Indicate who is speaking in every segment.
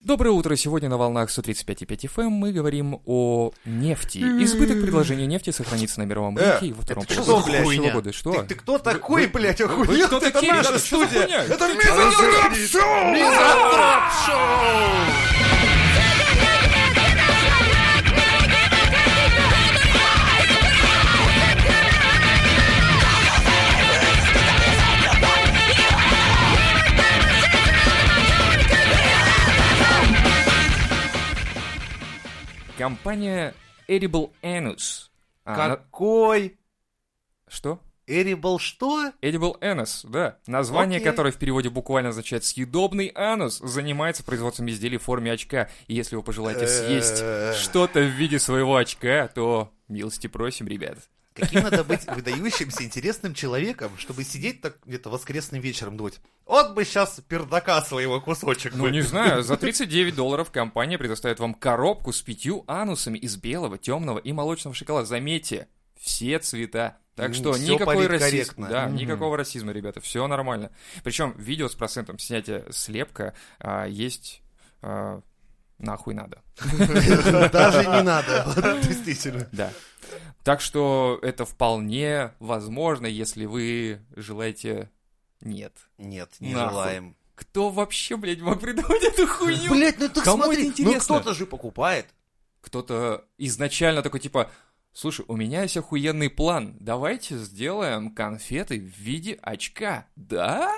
Speaker 1: Доброе утро! Сегодня на волнах 135,5 FM эм мы говорим о нефти. Избыток предложения нефти сохранится на мировом рынке и во втором
Speaker 2: Э, это что
Speaker 1: полугодии
Speaker 2: за
Speaker 1: следующего
Speaker 2: хуйня?
Speaker 1: года. Что?
Speaker 2: Ты, ты кто такой, блядь, охуел?
Speaker 1: кто
Speaker 2: это
Speaker 1: такие,
Speaker 2: наша
Speaker 1: ребята? Что за
Speaker 2: студия!
Speaker 1: хуйня?
Speaker 2: Это Мизантроп Шоу! Мизантроп Шоу!
Speaker 1: Компания Edible Anus. А, на-
Speaker 2: Какой?
Speaker 1: Что?
Speaker 2: Эрибл что?
Speaker 1: Edible Anus, да. Название,
Speaker 2: Окей.
Speaker 1: которое в переводе буквально означает «съедобный анус», занимается производством изделий в форме очка. И если вы пожелаете съесть
Speaker 2: Э.
Speaker 1: что-то в виде своего очка, то милости просим, ребят.
Speaker 2: Каким надо быть выдающимся, интересным человеком, чтобы сидеть так где-то воскресным вечером думать, вот бы сейчас пердака своего кусочек.
Speaker 1: Ну,
Speaker 2: бы».
Speaker 1: не знаю, за 39 долларов компания предоставит вам коробку с пятью анусами из белого, темного и молочного шоколада. Заметьте, все цвета. Так
Speaker 2: М,
Speaker 1: что
Speaker 2: всё
Speaker 1: никакой расизм.
Speaker 2: политкорректно.
Speaker 1: Да,
Speaker 2: Мгм.
Speaker 1: никакого расизма, ребята, все нормально. Причем видео с процентом снятия слепка а, есть а, нахуй надо.
Speaker 2: Даже не надо, вот, действительно.
Speaker 1: Да. Так что это вполне возможно, если вы желаете. Нет.
Speaker 2: Нет, не
Speaker 1: Нахуй.
Speaker 2: желаем.
Speaker 1: Кто вообще, блядь, мог придумать эту хуйню?
Speaker 2: Блять, ну так
Speaker 1: Кому это
Speaker 2: смотри, ну
Speaker 1: интересно?
Speaker 2: кто-то же покупает.
Speaker 1: кто-то изначально такой типа, слушай, у меня есть охуенный план, давайте сделаем конфеты в виде очка, да?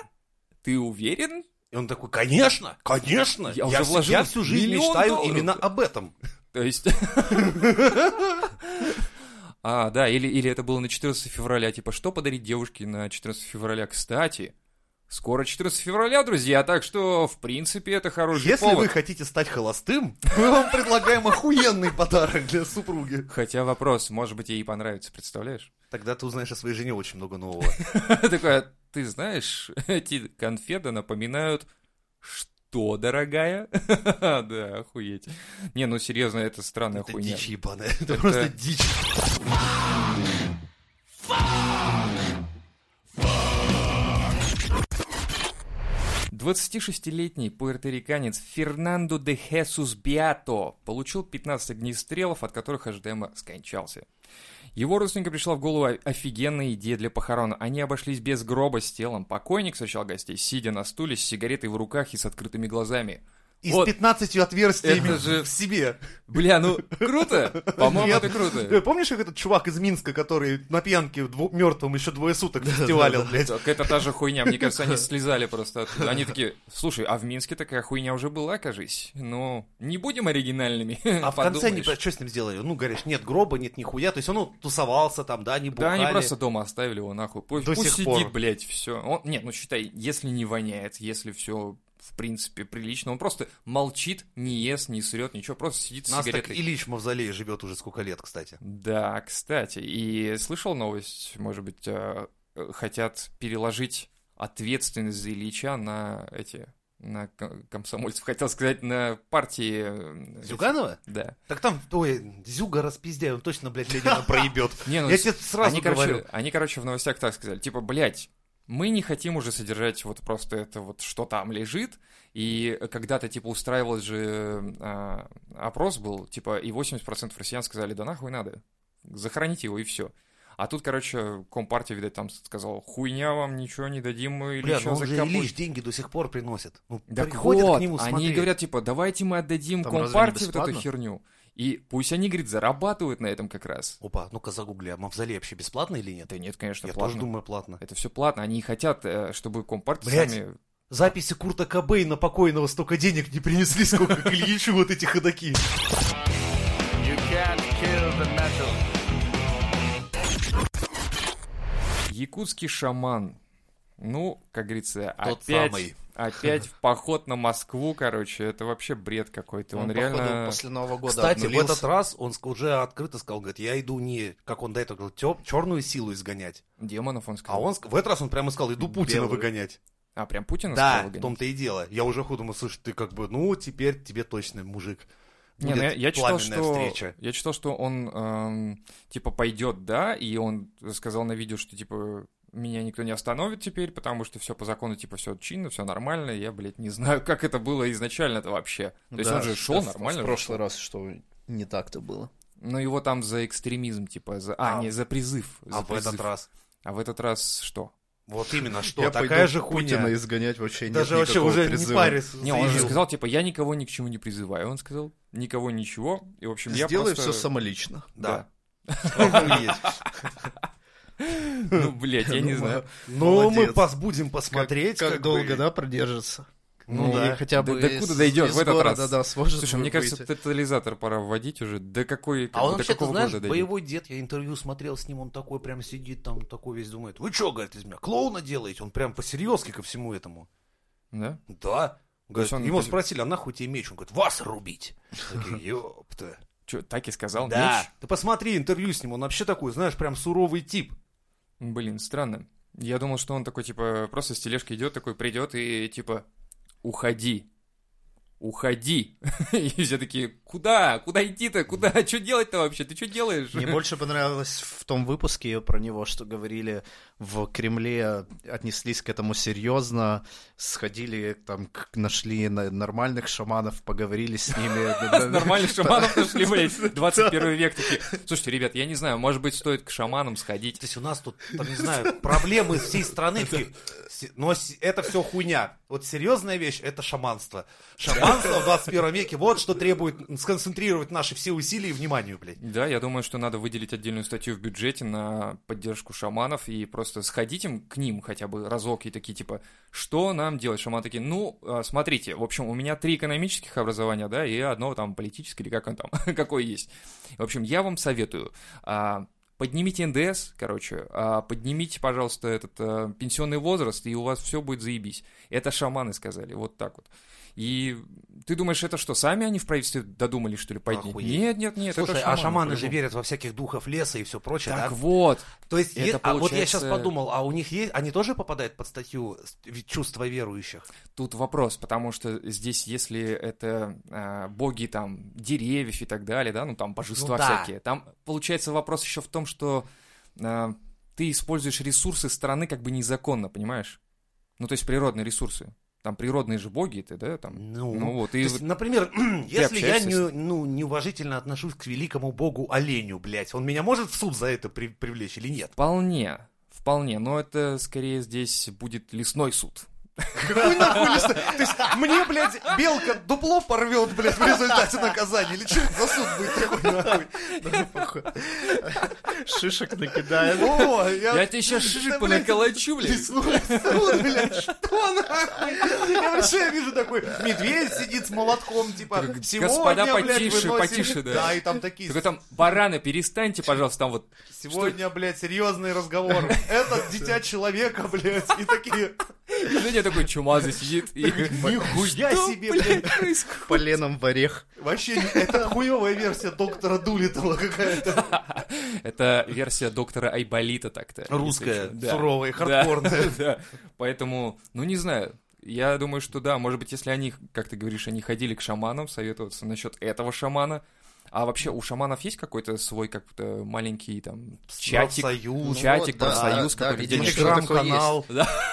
Speaker 1: Ты уверен?
Speaker 2: И он такой, конечно, конечно,
Speaker 1: Я
Speaker 2: я,
Speaker 1: уже
Speaker 2: вс-
Speaker 1: вложил
Speaker 2: я всю жизнь
Speaker 1: миллион
Speaker 2: мечтаю
Speaker 1: долларов».
Speaker 2: именно об этом.
Speaker 1: То есть... А, да, или, или это было на 14 февраля, типа, что подарить девушке на 14 февраля? Кстати, скоро 14 февраля, друзья, так что, в принципе, это хороший
Speaker 2: Если
Speaker 1: повод.
Speaker 2: вы хотите стать холостым, мы вам предлагаем охуенный подарок для супруги.
Speaker 1: Хотя вопрос, может быть, ей и понравится, представляешь?
Speaker 2: Тогда ты узнаешь о своей жене очень много нового.
Speaker 1: Такая, «А ты знаешь, эти конфеты напоминают что, дорогая? Да, охуеть. Не, ну серьезно, это странная
Speaker 2: Это
Speaker 1: хуйня.
Speaker 2: дичь ебаная. Это просто дичь.
Speaker 1: Двадцатишестилетний 26-летний пуэрториканец Фернандо де Хесус Биато получил 15 огнестрелов, от которых ожидаемо скончался. Его родственникам пришла в голову о- офигенная идея для похорон. Они обошлись без гроба с телом. Покойник встречал гостей, сидя на стуле с сигаретой в руках и с открытыми глазами.
Speaker 2: И
Speaker 1: Вот.
Speaker 2: с 15 отверстиями
Speaker 1: Это же-
Speaker 2: в себе.
Speaker 1: Бля, ну круто! По-моему,
Speaker 2: Нет.
Speaker 1: это круто.
Speaker 2: Э, Помнишь, как этот чувак из Минска, который на пьянке мертвым еще двое суток фестивалил, блядь?
Speaker 1: Так это та же хуйня, мне кажется, они слезали просто оттуда. Они такие, слушай, а в Минске такая хуйня уже была, кажись. Ну, не будем оригинальными.
Speaker 2: А в конце они
Speaker 1: подумаешь.
Speaker 2: про- что с ним сделали? Ну, говоришь, нет гроба, нет нихуя. То есть он ну, тусовался там, да, не
Speaker 1: Да,
Speaker 2: бухали.
Speaker 1: они просто дома оставили его нахуй. Пусть,
Speaker 2: До
Speaker 1: пусть
Speaker 2: сих
Speaker 1: сидит,
Speaker 2: пор.
Speaker 1: блядь, все. Он, нет, ну считай, если не воняет, если все в принципе прилично, он просто молчит, не ест, не срет, ничего, просто сидит с
Speaker 2: Нас так
Speaker 1: сигаретой.
Speaker 2: Ильич в Мавзолее живет уже сколько лет, кстати.
Speaker 1: Да, кстати, и слышал новость, может быть, э, э, хотят переложить ответственность за Ильича на эти, на ком- комсомольцев, хотел сказать, на партии... э, эти-
Speaker 2: Зюганова?
Speaker 1: Да.
Speaker 2: Так там, ой, Зюга распиздяй, он точно, блядь, Ленина проебет.
Speaker 1: Не, ну,
Speaker 2: Я
Speaker 1: с-
Speaker 2: тебе сразу
Speaker 1: они,
Speaker 2: говорю.
Speaker 1: Короче, они, короче, в новостях так сказали, типа, блядь, мы не хотим уже содержать вот просто это вот, что там лежит. И когда-то, типа, устраивалось же а, опрос был, типа, и 80% россиян сказали, да нахуй надо, захороните его и все. А тут, короче, Компартия, видать, там сказала, хуйня вам, ничего не дадим, мы
Speaker 2: Бля,
Speaker 1: Ильича
Speaker 2: ну он же
Speaker 1: закопаем».
Speaker 2: Ильич деньги до сих пор приносит. Ну,
Speaker 1: Так
Speaker 2: приходят
Speaker 1: вот,
Speaker 2: к нему смотреть.
Speaker 1: они говорят, типа, давайте мы отдадим
Speaker 3: Там разве не
Speaker 1: Компартии вот эту
Speaker 3: бесплатно?
Speaker 1: херню. И пусть они, говорит, зарабатывают на этом как раз.
Speaker 2: Опа, ну-ка загугли, а Мавзолей вообще бесплатно или нет?
Speaker 1: Да нет, конечно,
Speaker 2: Я
Speaker 1: платно.
Speaker 2: тоже думаю, платно.
Speaker 1: Это все платно, они не хотят, э, чтобы компартии
Speaker 2: Блядь.
Speaker 1: сами...
Speaker 2: Записи Курта Кобейна покойного столько денег не принесли, сколько к Ильичу вот эти ходаки.
Speaker 3: You can't kill the metal.
Speaker 1: Якутский шаман. Ну, как говорится,
Speaker 2: Тот
Speaker 1: опять,
Speaker 2: самый.
Speaker 1: опять в поход на Москву, короче, это вообще бред какой-то. Он,
Speaker 3: Он, походу,
Speaker 1: реально...
Speaker 3: после Нового года
Speaker 2: Кстати, в
Speaker 3: обнулился.
Speaker 2: этот раз он ск- уже открыто сказал, говорит, я иду не, как он до этого говорил, черную силу изгонять.
Speaker 1: Демонов он
Speaker 2: А
Speaker 1: сказал.
Speaker 2: он ск- в этот раз он прямо сказал, иду Путина
Speaker 3: Белую.
Speaker 2: выгонять.
Speaker 1: А, прям Путина
Speaker 2: Да,
Speaker 1: сказал
Speaker 2: в
Speaker 1: выгонять?
Speaker 2: том-то и дело. Я уже хуй думаю, слушай, ты как бы, ну, теперь тебе точно, мужик,
Speaker 1: Не,
Speaker 2: будет
Speaker 1: ну я, я читал,
Speaker 2: пламенная
Speaker 1: что,
Speaker 2: встреча.
Speaker 1: я читал, что он эм, типа пойдет, да, и он сказал на видео, что типа меня никто не остановит теперь, потому что все по закону, типа, все чинно, все нормально. Я, блядь, не знаю, как это было изначально-то вообще.
Speaker 2: Ну
Speaker 1: То есть
Speaker 4: Да,
Speaker 1: он же шел
Speaker 4: в-
Speaker 1: нормально.
Speaker 4: В прошлый раз что не так-то было.
Speaker 1: Но Ну, его там за экстремизм, типа, за... А,
Speaker 2: А.
Speaker 1: не, за призыв. за
Speaker 2: А в этот
Speaker 1: призыв.
Speaker 2: раз?
Speaker 1: А в этот раз что?
Speaker 2: Вот именно что,
Speaker 4: Я
Speaker 2: такая
Speaker 4: пойду
Speaker 2: же хуйня.
Speaker 4: Путина изгонять вообще нет
Speaker 2: Даже вообще
Speaker 4: никакого
Speaker 2: уже не
Speaker 4: призыва.
Speaker 2: парис.
Speaker 1: Не, он же сказал, типа, я никого ни к чему не призываю. Он сказал, никого ничего. И, в общем, я
Speaker 4: Сделай
Speaker 1: просто...
Speaker 4: все самолично.
Speaker 2: Да.
Speaker 1: Ну, блядь, я не
Speaker 4: Ну,
Speaker 1: знаю.
Speaker 2: Ну,
Speaker 4: Молодец.
Speaker 2: мы пос- будем посмотреть,
Speaker 4: как,
Speaker 2: как
Speaker 4: долго,
Speaker 2: бы.
Speaker 4: да, продержится.
Speaker 2: Ну
Speaker 4: Или
Speaker 2: да.
Speaker 4: хотя бы
Speaker 1: Да- до
Speaker 4: из-
Speaker 1: куда дойдет
Speaker 4: из
Speaker 1: в этот
Speaker 4: города,
Speaker 1: раз?
Speaker 4: Да, сможет
Speaker 1: Слушай, мне
Speaker 4: выйти.
Speaker 1: кажется, тотализатор пора вводить уже. До какой... как
Speaker 2: А
Speaker 1: бы,
Speaker 2: он
Speaker 1: до
Speaker 2: вообще, ты
Speaker 1: какого
Speaker 2: знаешь,
Speaker 1: года дойдет?
Speaker 2: боевой дед, я интервью смотрел с ним, он такой прям сидит там, такой весь думает, вы чё, говорит, из меня клоуна делаете? Он прям по-серьезки ко всему этому.
Speaker 1: Да?
Speaker 2: Да. Говорит,
Speaker 1: есть он-
Speaker 2: его спросили, а нахуй тебе меч? Он говорит, вас рубить. Такие, ёпта.
Speaker 1: Че, так и сказал?
Speaker 2: Да.
Speaker 1: Меч?
Speaker 2: Ты посмотри интервью с ним, он вообще такой, знаешь, прям суровый тип.
Speaker 1: Блин, странно. Я думал, что он такой, типа, просто с тележки идет, такой придет и, типа, уходи. Уходи. И все такие, куда? Куда идти-то? Куда? Что делать-то вообще? Ты что делаешь?
Speaker 4: Мне больше понравилось в том выпуске про него, что говорили в Кремле, отнеслись к этому серьезно, сходили там, к- нашли на- нормальных шаманов, поговорили с ними.
Speaker 1: Нормальных шаманов нашли, блядь, 21 век такие. Слушайте, ребят, я не знаю, может быть, стоит к шаманам
Speaker 2: То
Speaker 1: сходить.
Speaker 2: есть у нас тут, там, не знаю, проблемы всей страны. такие, «Се- Но с- это все хуйня. Вот серьезная вещь – это шаманство. Шаманство в 21 веке – вот что требует сконцентрировать наши все усилия и внимание, блядь.
Speaker 1: Да, я думаю, что надо выделить отдельную статью в бюджете на поддержку шаманов и просто сходить им к ним хотя бы разок и такие типа, что нам делать? Шаманы такие, ну, а, смотрите, в общем, у меня три экономических образования, да, и одно там политическое или как он там, какое есть. В общем, я вам советую, а, поднимите НДС, короче, а, поднимите, пожалуйста, этот а, пенсионный возраст, и у вас все будет заебись. Это шаманы сказали, вот так вот. И ты думаешь, это что, сами они в правительстве додумали, что ли, поднять?
Speaker 2: Охуеть.
Speaker 1: Нет, нет, нет, это
Speaker 2: Слушай, а шаманы же
Speaker 1: по-любому.
Speaker 2: верят во всяких духов леса и все прочее,
Speaker 1: Так
Speaker 2: да?
Speaker 1: вот.
Speaker 2: То есть,
Speaker 1: это
Speaker 2: е- а вот я
Speaker 1: получается-
Speaker 2: сейчас подумал, а у них есть, они тоже попадают под статью с- ви- чувства верующих?
Speaker 1: Тут вопрос, потому что здесь, если это э, боги там деревьев и так далее, да, ну там божества
Speaker 2: Ну да.
Speaker 1: всякие, там получается вопрос еще в том, что э, ты используешь ресурсы страны как бы незаконно, понимаешь? Ну то есть природные ресурсы. Там природные же боги, ты, да, там.
Speaker 2: Ну,
Speaker 1: ну вот,
Speaker 2: То
Speaker 1: и
Speaker 2: есть,
Speaker 1: вот-
Speaker 2: например, если я
Speaker 1: общаешься
Speaker 2: не,
Speaker 1: с
Speaker 2: ну, неуважительно отношусь к великому богу оленю, блядь, он меня может в суд за это при- привлечь или нет?
Speaker 1: вполне, вполне, но это скорее здесь будет лесной суд.
Speaker 2: Какой нахуй лесной? То есть мне, блядь, белка дупло порвет, блядь, в результате наказания. Или что это за суд будет такой нахуй?
Speaker 4: Шишек накидает.
Speaker 2: О,
Speaker 1: Я тебе сейчас шишек
Speaker 2: Да, блядь,
Speaker 1: понаколочу, блядь.
Speaker 2: Лесной суд, блядь, что нахуй? Я вообще вижу такой, медведь сидит с молотком, типа, сегодня,
Speaker 1: господа,
Speaker 2: блядь,
Speaker 1: потише,
Speaker 2: выносим-
Speaker 1: потише, да.
Speaker 2: Да, и там такие,
Speaker 1: Только там бараны, перестаньте, пожалуйста, там вот
Speaker 2: сегодня, блядь, серьезный разговор. Это дитя человека, блядь, и такие,
Speaker 1: Женя такой чумазый сидит и...
Speaker 2: нихуя
Speaker 1: «Что,
Speaker 2: себе, блядь.
Speaker 1: происходит?»
Speaker 4: Поленом в орех.
Speaker 2: Вообще, это хуевая версия доктора Дулитова какая-то.
Speaker 1: Это версия доктора Айболита так-то.
Speaker 2: Русская,
Speaker 1: Если чё. Да.
Speaker 2: суровая,
Speaker 1: Да,
Speaker 2: хардкорная.
Speaker 1: да. Поэтому, ну не знаю, я думаю, что да, может быть, если они, как ты говоришь, они ходили к шаманам, советоваться насчет этого шамана. А вообще у шаманов есть какой-то свой как-то маленький там чатик?
Speaker 2: Союз.
Speaker 1: Чатик,
Speaker 4: Ну да,
Speaker 1: профсоюз
Speaker 4: да,
Speaker 1: какой-то,
Speaker 4: видимо,
Speaker 1: где
Speaker 4: что-то такое
Speaker 2: Телеграм-канал.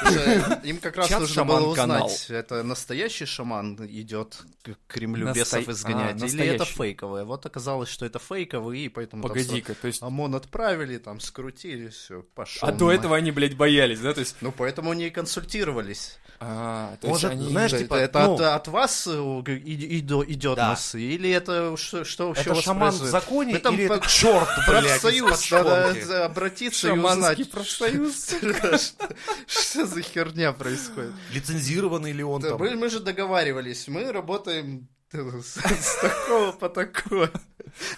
Speaker 4: Уже Им как раз
Speaker 1: Чат
Speaker 4: нужно было
Speaker 1: шаман-канал.
Speaker 4: узнать, это настоящий шаман идет к Кремлю
Speaker 1: Насто-
Speaker 4: бесов
Speaker 1: а,
Speaker 4: изгонять, или
Speaker 1: настоящий.
Speaker 4: это фейковое. Вот оказалось, что это фейковый, и поэтому ну, там
Speaker 1: Погоди-ка, то есть...
Speaker 4: сразу ОМОН отправили, там скрутили, все, пошел.
Speaker 1: А до этого они, блядь, боялись, да? То есть...
Speaker 4: Ну, поэтому они и консультировались.
Speaker 1: А, то есть
Speaker 2: Может,
Speaker 1: они...
Speaker 2: знаешь,
Speaker 4: Да,
Speaker 2: типа,
Speaker 4: это
Speaker 2: ну,
Speaker 4: от, от вас э, и- и- идо- идет
Speaker 2: Да.
Speaker 4: нас, или это что, что вообще
Speaker 2: это
Speaker 4: у вас
Speaker 2: шаман в
Speaker 4: произойдет?
Speaker 2: законе
Speaker 4: Это
Speaker 2: или
Speaker 4: по-
Speaker 2: это черт, блядь, из-под
Speaker 4: Профсоюз, надо
Speaker 2: шконки?
Speaker 4: за- обратиться и
Speaker 1: Шаманский
Speaker 4: узнать,
Speaker 1: профсоюз.
Speaker 4: что- что- что за херня происходит.
Speaker 2: Лицензированный ли он
Speaker 4: Да,
Speaker 2: там?
Speaker 4: мы, мы же договаривались, мы работаем э, с, с такого по такое.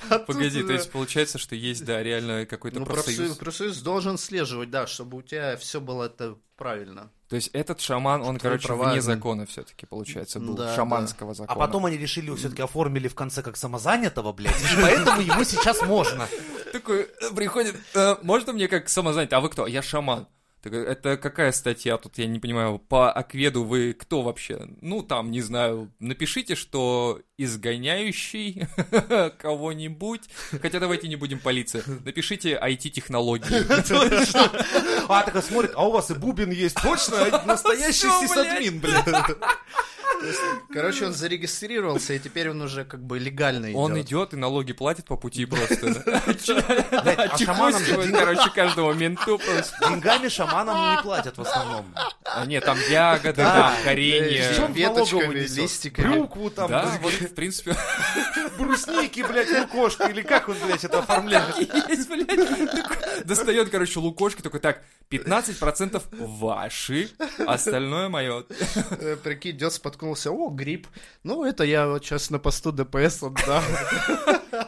Speaker 4: А тут,
Speaker 1: Погоди, то
Speaker 4: э,
Speaker 1: есть получается, что есть, да, реально какой-то
Speaker 4: ну,
Speaker 1: профсоюз.
Speaker 4: профсоюз. профсоюз должен слеживать, да, чтобы у тебя все было это правильно.
Speaker 1: То есть этот шаман, он,
Speaker 4: Что твои
Speaker 1: короче,
Speaker 4: права,
Speaker 1: вне
Speaker 4: да.
Speaker 1: закона все-таки, получается, был
Speaker 4: Да,
Speaker 1: шаманского закона.
Speaker 2: А потом они решили, все-таки оформили в конце как самозанятого, блядь, и поэтому ему сейчас можно.
Speaker 1: такой э, приходит, «Э, можно мне как самознать? А вы кто? Я шаман. Так Это какая статья тут, я не понимаю, по Акведу вы кто вообще? Ну, там, не знаю, напишите, что изгоняющий кого-нибудь, хотя давайте не будем полиция, напишите IT-технологии.
Speaker 2: А такой смотрит, а у вас и бубен есть, точно? а Настоящий
Speaker 1: Всё,
Speaker 2: сисадмин, блин.
Speaker 4: Короче, он зарегистрировался, и теперь он уже как бы легально идет.
Speaker 1: Он идет и налоги платит по пути просто.
Speaker 2: а шаманам же
Speaker 1: Отчекускивает,
Speaker 2: ден-
Speaker 1: короче, каждому менту просто.
Speaker 2: деньгами шаманам не платят в основном.
Speaker 1: А, Нет, там ягоды, там коренья.
Speaker 2: Чё он в налоговую
Speaker 4: Э, веточками,
Speaker 2: несёт?
Speaker 4: листиками. э,
Speaker 2: Брюкву там,
Speaker 1: Да, вот, в принципе,
Speaker 2: брусники, блядь, лукошка, или как он, блядь, это оформляет?
Speaker 1: есть, блядь. Такой Достает, короче, лукошки, такой, так, 15% ваши, остальное мое.
Speaker 4: Э, Прикинь, идет, споткнулся. О, гриб. Ну, это я вот сейчас на посту ДПС отдам.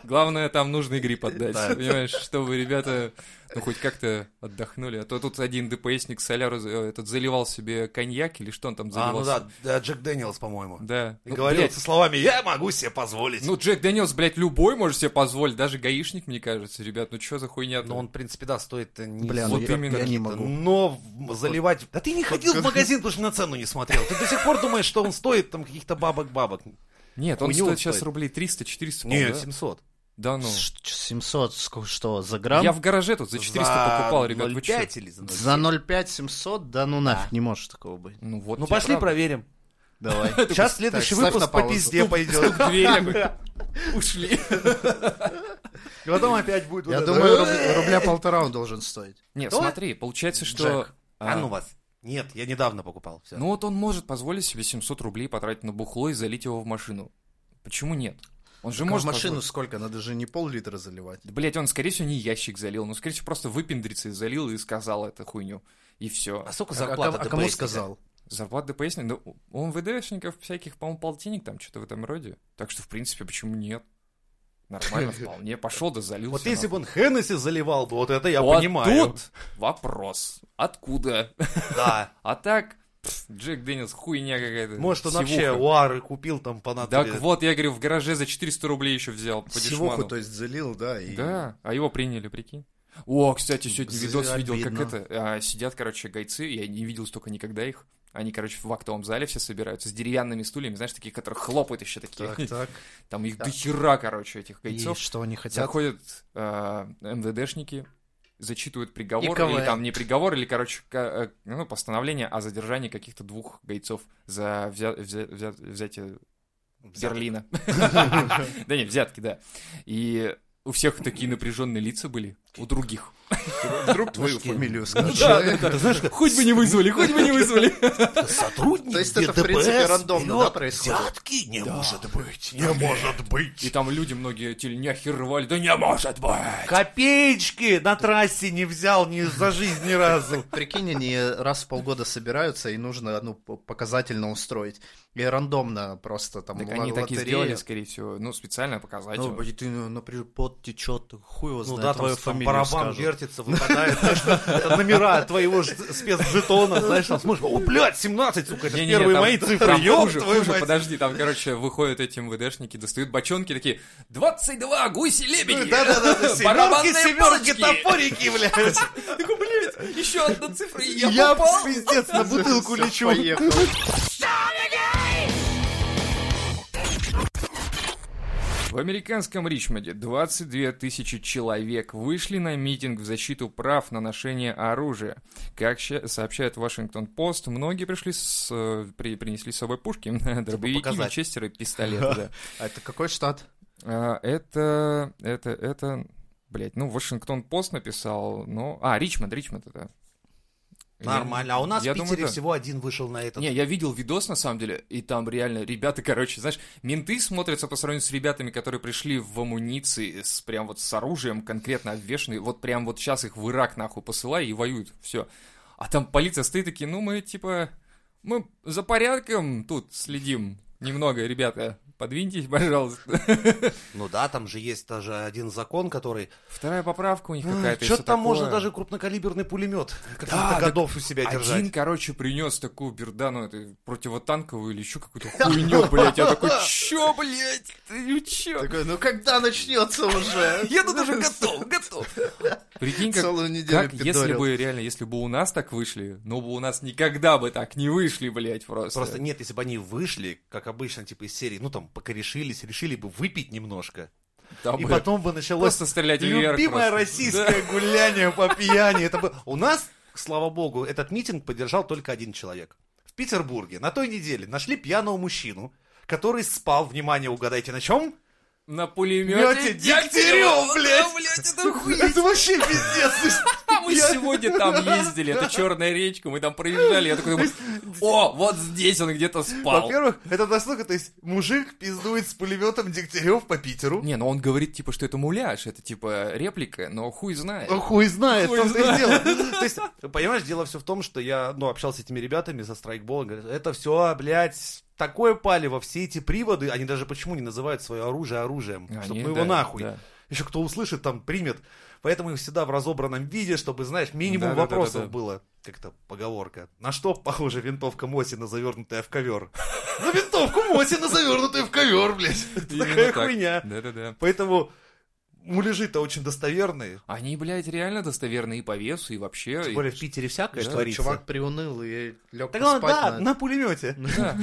Speaker 1: Главное, там нужный грипп отдать, понимаешь, чтобы ребята, ну, хоть как-то отдохнули. А то тут один ДПСник соляру э, этот заливал себе коньяк, или что он там
Speaker 2: А, ну
Speaker 1: заливал?
Speaker 2: да, да, Джек Дэниелс, по-моему.
Speaker 1: Да.
Speaker 2: И
Speaker 1: Ну,
Speaker 2: говорил
Speaker 1: блядь,
Speaker 2: со словами «Я могу себе позволить».
Speaker 1: Ну, Джек Дэниелс, блядь, любой может себе позволить, даже гаишник, мне кажется, ребят, ну что за хуйня?
Speaker 2: Но он, в принципе, да, стоит э, не
Speaker 4: Бля,
Speaker 1: ну
Speaker 2: супер
Speaker 1: я- я не
Speaker 2: какие-то,
Speaker 4: могу.
Speaker 2: Но в- заливать... Да ты не ходил в магазин, потому что на цену не смотрел. Ты до сих пор думаешь, что он стоит там каких-то бабок-бабок.
Speaker 1: Нет, он
Speaker 2: хуйню он
Speaker 1: стоит сейчас
Speaker 2: стоит.
Speaker 1: рублей 300-400,
Speaker 2: Нет,
Speaker 1: по-моему,
Speaker 2: 700.
Speaker 1: да? Да ну.
Speaker 4: Ш- 700, ск- что, за грамм?
Speaker 1: Я в гараже тут за 400 покупал, ребят, вы чё?
Speaker 2: 0,5 или за 0,7?
Speaker 4: За 0,5 700? Да ну нафиг, не может такого быть.
Speaker 1: Ну вот.
Speaker 2: Ну
Speaker 1: тебе
Speaker 2: пошли
Speaker 1: правда.
Speaker 2: проверим.
Speaker 4: Давай.
Speaker 2: Сейчас следующий
Speaker 4: ставь
Speaker 2: выпуск
Speaker 4: на
Speaker 2: по
Speaker 4: паузу.
Speaker 2: пизде пойдет.
Speaker 1: В дверь такой, Ушли.
Speaker 2: И потом опять будет вот
Speaker 4: Я
Speaker 2: это.
Speaker 4: думаю, руб- рубля полтора он должен стоить.
Speaker 1: Нет,
Speaker 2: Кто?
Speaker 1: смотри, получается, что...
Speaker 4: Джек.
Speaker 2: А
Speaker 1: а,
Speaker 2: ну вас. Нет, я недавно покупал. Всё.
Speaker 1: Ну вот он может позволить себе 700 рублей потратить на бухло и залить его в машину. Почему нет? Он же
Speaker 4: Так а в
Speaker 1: Ну, может
Speaker 4: машину
Speaker 1: позволить.
Speaker 4: сколько? Надо же не пол-литра заливать.
Speaker 1: Да, блядь, он, скорее всего, не ящик залил, но, скорее всего, просто выпендрится и залил и сказал эту хуйню. И все.
Speaker 2: А сколько
Speaker 4: А- а
Speaker 2: зарплата
Speaker 4: ком- а кому
Speaker 2: ДПСника?
Speaker 4: сказал?
Speaker 1: Зарплата ДПСник, ну, он ВДшников всяких, по-моему, полтинник там, что-то в этом роде. Так что, в принципе, почему нет? Нормально вполне. Пошел да залил.
Speaker 2: Вот если бы он Хеннесси заливал бы, вот это я
Speaker 1: вот
Speaker 2: понимаю.
Speaker 1: тут вопрос. Откуда?
Speaker 2: Да.
Speaker 1: А так, пф, Джек Деннис, хуйня какая-то.
Speaker 2: Может, он
Speaker 1: Сивуха.
Speaker 2: вообще уары купил там по
Speaker 1: Так
Speaker 2: натуре.
Speaker 1: вот, я говорю, в гараже за 400 рублей еще взял по
Speaker 4: Сивуху,
Speaker 1: дешману.
Speaker 4: то есть, залил, да? и-
Speaker 1: Да, а его приняли, прикинь. О, кстати, сегодня
Speaker 4: З-
Speaker 1: видос видел, как
Speaker 4: обидно.
Speaker 1: это. а, сидят, короче, гайцы, я не видел столько никогда их. Они, короче, в актовом зале все собираются с деревянными стульями, знаешь, такие, которые хлопают еще такие.
Speaker 4: Так, так.
Speaker 1: Там их дохера, короче, этих
Speaker 4: И
Speaker 1: гайцов.
Speaker 4: что они хотят?
Speaker 1: Заходят а, МВДшники, зачитывают
Speaker 4: И
Speaker 1: приговор,
Speaker 4: КВН.
Speaker 1: или там не приговор, или, короче, к- э, ну, постановление о задержании каких-то двух гайцов за взя- взя- взя- взятие Берлина. Да нет, взятки, да. И у всех такие напряженные лица были, у других.
Speaker 4: Вдруг твою фамилию скажут.
Speaker 2: Ты знаешь, как
Speaker 1: Хоть бы не вызвали, хоть бы не вызвали.
Speaker 2: сотрудник
Speaker 4: То есть это, в
Speaker 2: ДПС
Speaker 4: принципе, рандомно,
Speaker 2: берет
Speaker 4: да, происходит?
Speaker 2: Взятки? Не может быть, не может
Speaker 1: И
Speaker 2: быть.
Speaker 1: там люди многие тельняхи рвали, да не может быть.
Speaker 2: Копеечки на трассе не взял ни за жизнь ни разу.
Speaker 4: Прикинь, они раз в полгода собираются, и нужно ну, п- показательно устроить. И рандомно просто там
Speaker 1: Так
Speaker 4: л-
Speaker 1: они так и
Speaker 4: лотерея.
Speaker 1: сделали, скорее всего, ну, специально показать.
Speaker 4: Ну, блин, ты, ну, например, пот течет, хуй его
Speaker 2: Ну
Speaker 4: знает,
Speaker 2: да,
Speaker 4: твою
Speaker 2: там, там
Speaker 4: фамилию
Speaker 2: барабан
Speaker 4: скажут.
Speaker 2: вертится, выпадает, знаешь, это номера твоего ж- спецжетона, знаешь, там смотришь, о, блядь, 17, сука, это
Speaker 1: Не-не-не,
Speaker 2: первые
Speaker 1: там-
Speaker 2: мои цифры,
Speaker 1: там
Speaker 2: ёб
Speaker 1: хуже,
Speaker 2: твою
Speaker 1: хуже,
Speaker 2: мать.
Speaker 1: подожди, там, короче, выходят эти МВДшники, достают бочонки такие, 22 гуси-лебеди,
Speaker 2: Да-да-да, семерки,
Speaker 1: барабанные
Speaker 2: семерки,
Speaker 1: палочки».
Speaker 2: топорики, блядь.
Speaker 1: Такой, блядь, еще одна цифра, и я,
Speaker 2: Я,
Speaker 1: попал.
Speaker 2: пиздец, на бутылку
Speaker 4: Всё,
Speaker 2: лечу.
Speaker 4: поехал.
Speaker 1: В американском Ричмонде 22 тысячи человек вышли на митинг в защиту прав на ношение оружия. Как ща- сообщает Вашингтон Пост, многие пришли с, э, при- принесли с собой пушки, дробовики,
Speaker 2: показать.
Speaker 1: винчестеры, пистолеты. да.
Speaker 4: А это какой штат?
Speaker 1: А, Это, это, это, блять, ну, Вашингтон Пост написал, ну, а, Ричмонд, Ричмонд это. Я-
Speaker 2: Нормально, а у нас
Speaker 1: я
Speaker 2: в
Speaker 1: думаю,
Speaker 2: Питере
Speaker 1: да.
Speaker 2: всего один вышел на этот.
Speaker 1: Не, я видел видос, на самом деле, и там реально ребята, короче, знаешь, менты смотрятся по сравнению с ребятами, которые пришли в амуниции, с, прям вот с оружием конкретно обвешанные, вот прям вот сейчас их в Ирак нахуй посылай и воюют, все. А там полиция стоит такие, ну мы типа, мы за порядком тут следим немного, ребята, подвиньтесь, пожалуйста.
Speaker 2: Ну да, там же есть даже один закон, который...
Speaker 1: Вторая поправка у них какая-то. и
Speaker 2: Что
Speaker 1: всё
Speaker 2: там можно
Speaker 1: такое.
Speaker 2: даже крупнокалиберный пулемет
Speaker 1: Да,
Speaker 2: каких-то
Speaker 1: так
Speaker 2: годов у себя держать.
Speaker 1: Один, короче, принес такую бердану эту противотанковую или еще какую-то хуйню, блядь. Я такой, чё, блядь, ты ну чё?
Speaker 4: Такой, ну когда начнется уже?
Speaker 1: Я тут уже готов, готов. Прикинь, как,
Speaker 4: Целую неделю
Speaker 1: как если бы, реально, если бы у нас так вышли, но бы у нас никогда бы так не вышли, блядь, просто.
Speaker 2: Просто нет, если бы они вышли, как обычно, типа из серии, ну там, покорешились, решили бы выпить немножко.
Speaker 1: Там
Speaker 2: и
Speaker 1: бы
Speaker 2: потом бы началось
Speaker 1: просто стрелять вверх. просто.
Speaker 2: любимое российское гуляние по пьяни. Это бы... У нас, слава богу, этот митинг поддержал только один человек. В Петербурге на той неделе нашли пьяного мужчину, который спал, внимание, угадайте, на чем?
Speaker 1: Да. На
Speaker 2: Мёте
Speaker 1: пулемете
Speaker 2: Дегтярёв, блядь!
Speaker 1: блядь, это хуй.
Speaker 2: Это вообще пиздец! то есть
Speaker 1: А мы сегодня там ездили, это черная речка, мы там проезжали, я такой думаю, о, вот здесь он где-то спал.
Speaker 2: Во-первых, это настолько, то есть мужик пиздует с пулеметом Дегтярев по Питеру.
Speaker 1: Не, ну он говорит, типа, что это муляж, это, типа, реплика, но хуй знает.
Speaker 2: Ну, Хуй знает,
Speaker 1: Хуй
Speaker 2: что ты
Speaker 1: знает.
Speaker 2: сделал. То есть, понимаешь, дело все в том, что я, ну, общался с этими ребятами за страйкбол, говорят, это все, блядь, такое палево, все эти приводы, они даже почему не называют свое оружие оружием,
Speaker 1: Они,
Speaker 2: чтобы ну его
Speaker 1: да,
Speaker 2: нахуй.
Speaker 1: да.
Speaker 2: Еще кто услышит, там примет. Поэтому их всегда в разобранном виде, чтобы, знаешь, минимум
Speaker 1: Да-да-да-да-да.
Speaker 2: вопросов было. Как-то поговорка. На что похожа винтовка Мосина, завернутая в ковер? На винтовку Мосина,
Speaker 4: ну
Speaker 2: завернутая в ковер, блядь.
Speaker 1: Именно
Speaker 2: Такая
Speaker 1: так.
Speaker 2: хуйня.
Speaker 1: Да-да-да.
Speaker 2: Поэтому муляжи-то очень достоверные.
Speaker 1: Они, блядь, реально достоверные и по весу, и вообще...
Speaker 2: Тем
Speaker 1: и-
Speaker 2: более в Питере всякое творится.
Speaker 4: Чувак приуныл и лег
Speaker 2: Так ладно, да,
Speaker 4: поспать. на-
Speaker 2: на пулемете.
Speaker 1: Да.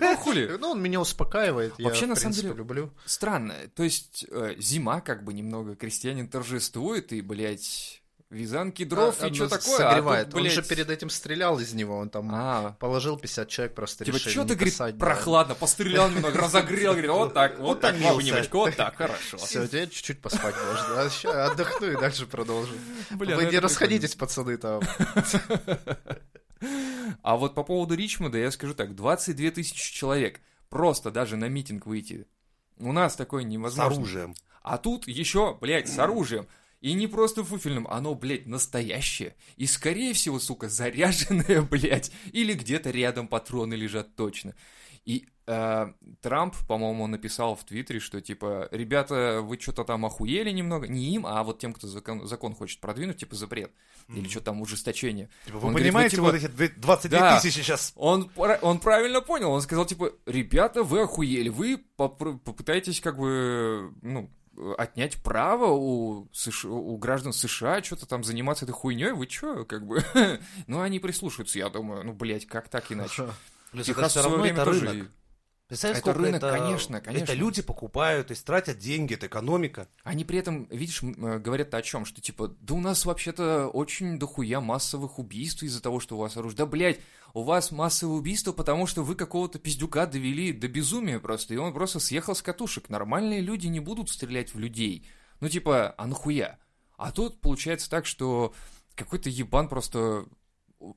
Speaker 1: Ну, хули.
Speaker 4: Ну, он меня успокаивает.
Speaker 1: Вообще,
Speaker 4: я,
Speaker 1: на
Speaker 4: в
Speaker 1: самом
Speaker 4: принципе,
Speaker 1: деле-
Speaker 4: люблю.
Speaker 1: Странно. То есть э, зима как бы немного, крестьянин торжествует, и, блядь, вязанки дров
Speaker 4: А,
Speaker 1: и что
Speaker 4: оно
Speaker 1: такое. а
Speaker 4: Согревает.
Speaker 1: тут, блядь,
Speaker 4: Он же перед этим стрелял из него, он там
Speaker 1: А,
Speaker 4: положил 50 человек, просто
Speaker 1: Типа,
Speaker 4: решили
Speaker 1: что
Speaker 4: не
Speaker 1: ты, говорит,
Speaker 4: касать, да.
Speaker 1: прохладно, пострелял немного, разогрел, говорит, вот так, вот так,
Speaker 2: Утомился.
Speaker 1: бабушка, вот так, хорошо.
Speaker 4: Все, теперь чуть-чуть поспать можно. да? Ща Отдохну и дальше продолжим.
Speaker 1: Бля, ну
Speaker 4: Вы
Speaker 1: это
Speaker 4: не
Speaker 1: прикольно.
Speaker 4: расходитесь, пацаны, там.
Speaker 1: А вот по поводу Ричмонда я скажу так, 22 тысячи человек просто даже на митинг выйти. У нас такое
Speaker 2: С
Speaker 1: невозможно.
Speaker 2: оружием.
Speaker 1: А тут еще, блядь, с оружием. И не просто фуфельным, оно, блядь, настоящее. И, скорее всего, сука, заряженное, блядь. Или где-то рядом патроны лежат точно. И э, Трамп, по-моему, написал в Твиттере, что, типа, ребята, вы что-то там охуели немного. Не им, а вот тем, кто закон, закон хочет продвинуть, типа, запрет. Или что там, ужесточение.
Speaker 2: Типа, Вы
Speaker 1: Он говорит,
Speaker 2: понимаете,
Speaker 1: типа,
Speaker 2: вот эти две- 22
Speaker 1: Да.
Speaker 2: тысячи сейчас.
Speaker 1: он, пра- он правильно понял, он сказал, типа, ребята, вы охуели, вы попр- попытаетесь как бы, ну, отнять право у, США у граждан США что-то там заниматься этой хуйней, вы чё, как бы. Ну, они прислушаются, я думаю, ну, блядь, как так иначе?
Speaker 2: Плюс
Speaker 1: Техас в своё время тоже и-
Speaker 2: Представляешь,
Speaker 1: Это
Speaker 2: сколько
Speaker 1: рынок, конечно, конечно.
Speaker 2: Это люди покупают, то есть тратят деньги, это экономика.
Speaker 1: Они при этом, видишь, м, э, говорят-то о чем? Что типа, да у нас вообще-то очень дохуя массовых убийств из-за того, что у вас оружие. Да, блядь, у вас массовое убийство, потому что вы какого-то пиздюка довели до безумия просто, и он просто съехал с катушек. Нормальные люди не будут стрелять в людей. Ну типа, а нахуя? А тут получается так, что какой-то ебан просто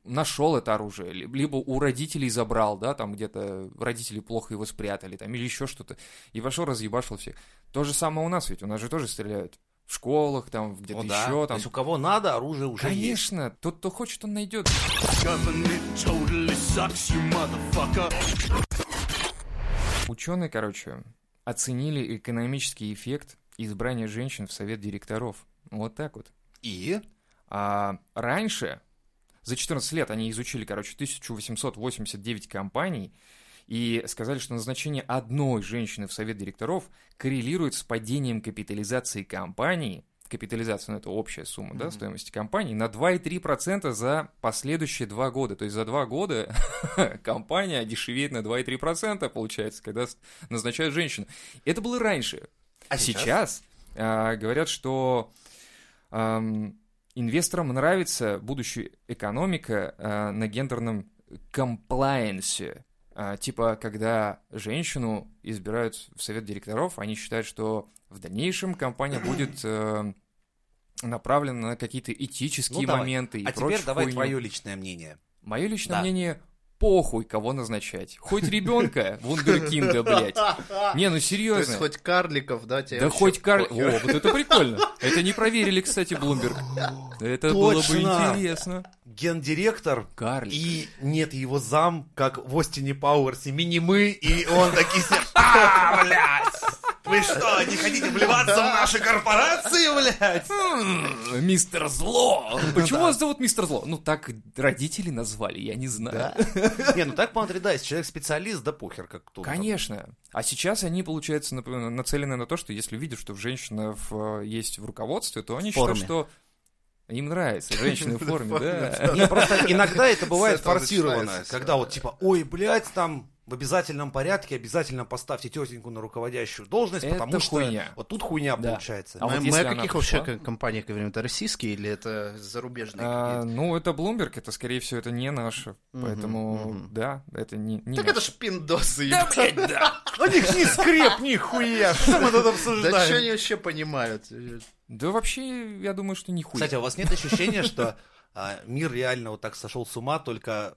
Speaker 1: нашел это оружие, ли- либо у родителей забрал, да, там где-то родители плохо его спрятали, там, или еще что-то, и пошел разъебашил всех. То же самое у нас ведь, у нас же тоже стреляют в школах, там, где-то
Speaker 2: Ну да.
Speaker 1: еще,
Speaker 2: То
Speaker 1: там.
Speaker 2: есть у кого надо, оружие уже есть.
Speaker 1: Конечно, тот, кто хочет, он найдет.
Speaker 3: Government totally sucks, you motherfucker.
Speaker 1: Ученые, короче, оценили экономический эффект избрания женщин в совет директоров. Вот так вот.
Speaker 2: И?
Speaker 1: А раньше, за 14 лет, они изучили, короче, 1889 компаний и сказали, что назначение одной женщины в совет директоров коррелирует с падением капитализации компании, капитализация, ну это общая сумма, да,
Speaker 4: Мгм.
Speaker 1: стоимости компании, на 2,3% за последующие два года. То есть за два года компания дешевеет на 2,3%, получается, когда с- назначают женщину. Это было раньше.
Speaker 2: А
Speaker 1: А сейчас а, говорят, что ам, инвесторам нравится будущая экономика а, на гендерном комплайенсе. А, типа, когда женщину избирают в совет директоров, они считают, что в дальнейшем компания будет э, направлена на какие-то этические
Speaker 2: Ну, давай.
Speaker 1: моменты и
Speaker 2: А
Speaker 1: прочую
Speaker 2: теперь давай
Speaker 1: хуйню.
Speaker 2: твое личное мнение.
Speaker 1: Мое личное
Speaker 2: Да.
Speaker 1: мнение похуй, кого назначать. Хоть ребенка, вундеркинда, блядь. Не, ну
Speaker 4: То есть
Speaker 1: серьезно.
Speaker 4: хоть карликов, да, тебе
Speaker 1: Да
Speaker 4: вообще
Speaker 1: хоть Карл...
Speaker 4: похер.
Speaker 1: О, вот это прикольно. Это не проверили, кстати, Блумберг. Это было бы
Speaker 2: Точно.
Speaker 1: интересно.
Speaker 2: Гендиректор
Speaker 1: Карлик.
Speaker 2: и нет его зам, как в Остине Пауэрсе, мини-мы, и он такие все, а, блядь, вы что, не хотите вливаться в наши корпорации, блядь?
Speaker 1: М, Мистер Зло!
Speaker 4: Ну
Speaker 1: Почему вас зовут Мистер Зло? Ну, так родители назвали, я не знаю.
Speaker 2: Не, ну так по да, если человек специалист, да похер как кто. там.
Speaker 1: Ну, Конечно. А сейчас они, получается, нап- нацелены на то, что если видят, что женщина в, э, есть в руководстве, то они
Speaker 4: В форме.
Speaker 1: считают, что им нравится женщины в форме, да.
Speaker 2: Не, просто иногда это бывает
Speaker 4: С этого
Speaker 2: форсировано,
Speaker 4: начинается,
Speaker 2: когда
Speaker 4: да.
Speaker 2: вот типа, ой, блядь, там в обязательном порядке обязательно поставьте тетеньку на руководящую должность,
Speaker 1: Это
Speaker 2: потому что
Speaker 1: хуйня.
Speaker 2: вот тут хуйня
Speaker 1: Да.
Speaker 2: получается.
Speaker 1: А
Speaker 4: мы,
Speaker 1: вот
Speaker 4: мы
Speaker 1: если
Speaker 4: о
Speaker 1: она
Speaker 4: каких
Speaker 1: пришла?
Speaker 4: вообще ком- компаниях говорим? Это российские или это зарубежные
Speaker 1: А,
Speaker 4: какие-то?
Speaker 1: Ну, это Блумберг, это, скорее всего, это не наше.
Speaker 4: Мгм,
Speaker 1: Поэтому,
Speaker 4: мгм.
Speaker 1: да, это не не
Speaker 4: Так
Speaker 1: наше.
Speaker 4: это ж пиндосы.
Speaker 1: Да,
Speaker 4: ебать.
Speaker 1: блядь, да.
Speaker 2: У них ни скреп, ни хуя, что мы тут
Speaker 4: Да что они вообще понимают?
Speaker 1: Да вообще, я думаю, что нихуя.
Speaker 2: Кстати, а у вас нет ощущения, что а, мир реально вот так сошел с ума, только